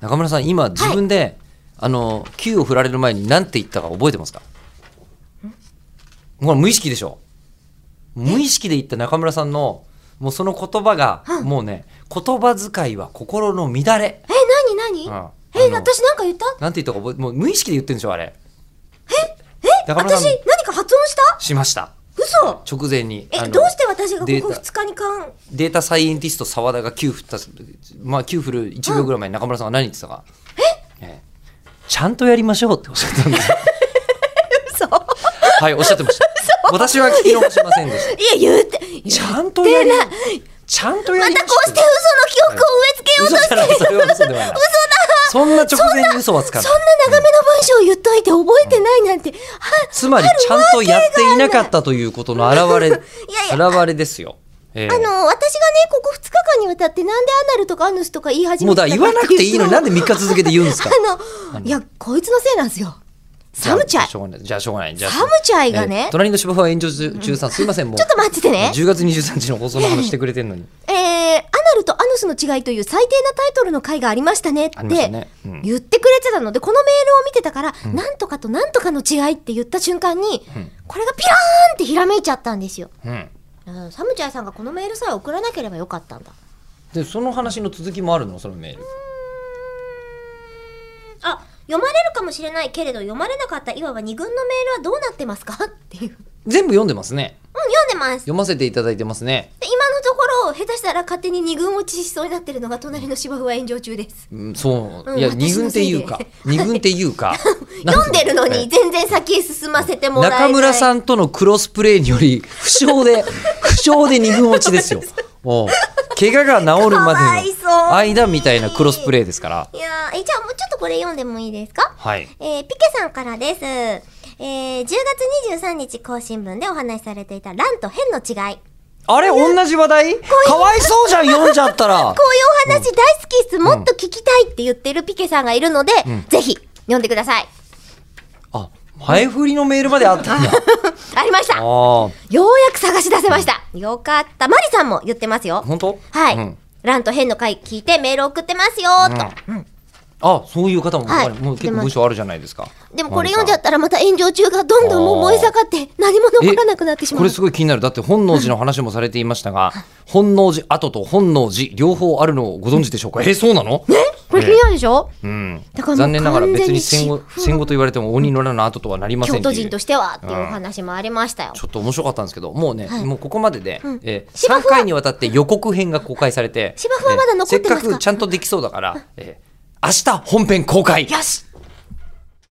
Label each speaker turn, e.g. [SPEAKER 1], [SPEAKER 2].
[SPEAKER 1] 中村さん今自分で、あの球を振られる前に何て言ったか覚えてますかもう無意識でしょ無意識で言った中村さんのもうその言葉が、もうね言葉遣いは心の乱れ、
[SPEAKER 2] え、なになに
[SPEAKER 1] うんあ
[SPEAKER 2] え、
[SPEAKER 1] の
[SPEAKER 2] 私なんか言った
[SPEAKER 1] なんて言ったか覚えもう無意識で言ってるんでしょあれ
[SPEAKER 2] え
[SPEAKER 1] 中村さん
[SPEAKER 2] 私何か発音した
[SPEAKER 1] しました
[SPEAKER 2] 嘘
[SPEAKER 1] 直前にあ
[SPEAKER 2] え、
[SPEAKER 1] の
[SPEAKER 2] どうして私がここ
[SPEAKER 1] データ
[SPEAKER 2] 2日に間
[SPEAKER 1] データサイエンティスト澤田が9振った、まあ、9振る1秒ぐらい前に中村さんが何言ってたか、ええちゃんとやりましょうっておっしゃったんですよ
[SPEAKER 2] 嘘い
[SPEAKER 1] はいおっしゃってました私は聞き逃しませんでし
[SPEAKER 2] や、言って、
[SPEAKER 1] たちゃんとやり
[SPEAKER 2] 言って
[SPEAKER 1] ちゃんとや
[SPEAKER 2] ま
[SPEAKER 1] りま
[SPEAKER 2] た
[SPEAKER 1] し
[SPEAKER 2] こうして嘘の記憶を植え付けよう
[SPEAKER 1] 嘘
[SPEAKER 2] と
[SPEAKER 1] じ
[SPEAKER 2] して
[SPEAKER 1] ゃないそれは嘘ではないそんな直前に嘘はつかない
[SPEAKER 2] そんな長めの文章を言っといて覚えてないなんて、は
[SPEAKER 1] つまりちゃんとやっていなかったということの表れ
[SPEAKER 2] やい
[SPEAKER 1] 表れですよ、ええ
[SPEAKER 2] あの、私がね、ここ2日間にわたってなんでアナルとかアヌスとか言い始
[SPEAKER 1] も
[SPEAKER 2] め
[SPEAKER 1] うだ
[SPEAKER 2] てた
[SPEAKER 1] から言わなくていいのになんで
[SPEAKER 2] で
[SPEAKER 1] 3日続けて言うんですか
[SPEAKER 2] あの、いや、こいつのせいなんですよ。サム
[SPEAKER 1] じ
[SPEAKER 2] チャイ。
[SPEAKER 1] ゃあし
[SPEAKER 2] ち
[SPEAKER 1] ょうがないじゃあしょうがないじゃあ
[SPEAKER 2] サムチャイがね
[SPEAKER 1] ええ隣の芝生は炎上中さんすいませんもう
[SPEAKER 2] ょっと待っててね。
[SPEAKER 1] 10月23日の放送の話してくれてるのに。
[SPEAKER 2] えー、アナルとアヌスの違いという最低なタイトルの回がありましたねって
[SPEAKER 1] ありましたねうん
[SPEAKER 2] 言ってくれてたので、このメールを見てたから、なんとかとなんとかの違いって言った瞬間に、これがピラーンってひらめいちゃったんですよ。
[SPEAKER 1] うん。
[SPEAKER 2] うんサムチャイさんがこのメールさえ送らなければよかったんだ。
[SPEAKER 1] で、その話の続きもあるの、そのメール。
[SPEAKER 2] あ、読まれるかもしれないけれど、読まれなかったいわば二軍のメールはどうなってますかっていう。うん、読ん
[SPEAKER 1] 全部読んでますね。
[SPEAKER 2] でます。
[SPEAKER 1] 読ませていただいてますね。
[SPEAKER 2] で今のところ、下手したら勝手に二軍落ちしそうになってるのが隣の芝生は炎上中です。
[SPEAKER 1] うん、そう、
[SPEAKER 2] うん
[SPEAKER 1] いや、
[SPEAKER 2] 私の
[SPEAKER 1] 二軍っていうか、二軍っていうか。
[SPEAKER 2] 読んでるのに
[SPEAKER 1] な
[SPEAKER 2] 全然先へ進ませてもらえない。
[SPEAKER 1] 中村さんとのクロスプレーにより、負傷 で、負傷で二軍落ちですよ。おう怪我が治るま
[SPEAKER 2] かわい
[SPEAKER 1] で
[SPEAKER 2] そう
[SPEAKER 1] の間みたいなクロスプレーですから。
[SPEAKER 2] いやーえ、じゃあもうちょっとこれ読んでもいいですか
[SPEAKER 1] はい。
[SPEAKER 2] えーピケさんからです。えー10月23日更新分でお話しされていた乱と変の違い。こ
[SPEAKER 1] あれ、同じ話題かわいそうじゃん、読んじゃった ら。
[SPEAKER 2] ういうお話大好きっす。もっと聞きたいって言ってるピケさんがいるので、ぜひ読んでください。
[SPEAKER 1] あ、前振りのメールまであったんだ。
[SPEAKER 2] ありました。よ
[SPEAKER 1] ああ。
[SPEAKER 2] うやく探し出せました。よかった。マリさんも言ってますよ。
[SPEAKER 1] 本当
[SPEAKER 2] はい。
[SPEAKER 1] うん
[SPEAKER 2] 乱と変の回聞いてメール送ってますよーと。
[SPEAKER 1] あそういう方も、
[SPEAKER 2] はい
[SPEAKER 1] 他にもう結構文章あるじゃないですか
[SPEAKER 2] でもこれ読んじゃ
[SPEAKER 1] っ
[SPEAKER 2] ったらまた炎上中がどんどんもう燃え盛って何も残らなくなってしま
[SPEAKER 1] こ
[SPEAKER 2] う
[SPEAKER 1] れ。すごい気になるだって本能寺の話もされていましたが本能寺跡と本能寺両方あるのをご存知でしょうかえそうなの
[SPEAKER 2] えこれ気になるでしょ、
[SPEAKER 1] うん
[SPEAKER 2] だからもう
[SPEAKER 1] 残念ながら別に戦後
[SPEAKER 2] 完全に
[SPEAKER 1] 戦後と言われても鬼の羅の跡とはなりません
[SPEAKER 2] 京
[SPEAKER 1] って
[SPEAKER 2] 都
[SPEAKER 1] いう
[SPEAKER 2] 人としてはっていうお話もありましたよ。
[SPEAKER 1] ちょっと面白かったんですけどもうね、
[SPEAKER 2] い
[SPEAKER 1] もうここまでで、えー
[SPEAKER 2] 芝生は
[SPEAKER 1] 3回にわたって予告編が公開されて
[SPEAKER 2] 芝生はまだ残ってま
[SPEAKER 1] えー
[SPEAKER 2] すか
[SPEAKER 1] せっかくちゃんとできそうだから、えー明日本編公開
[SPEAKER 2] よし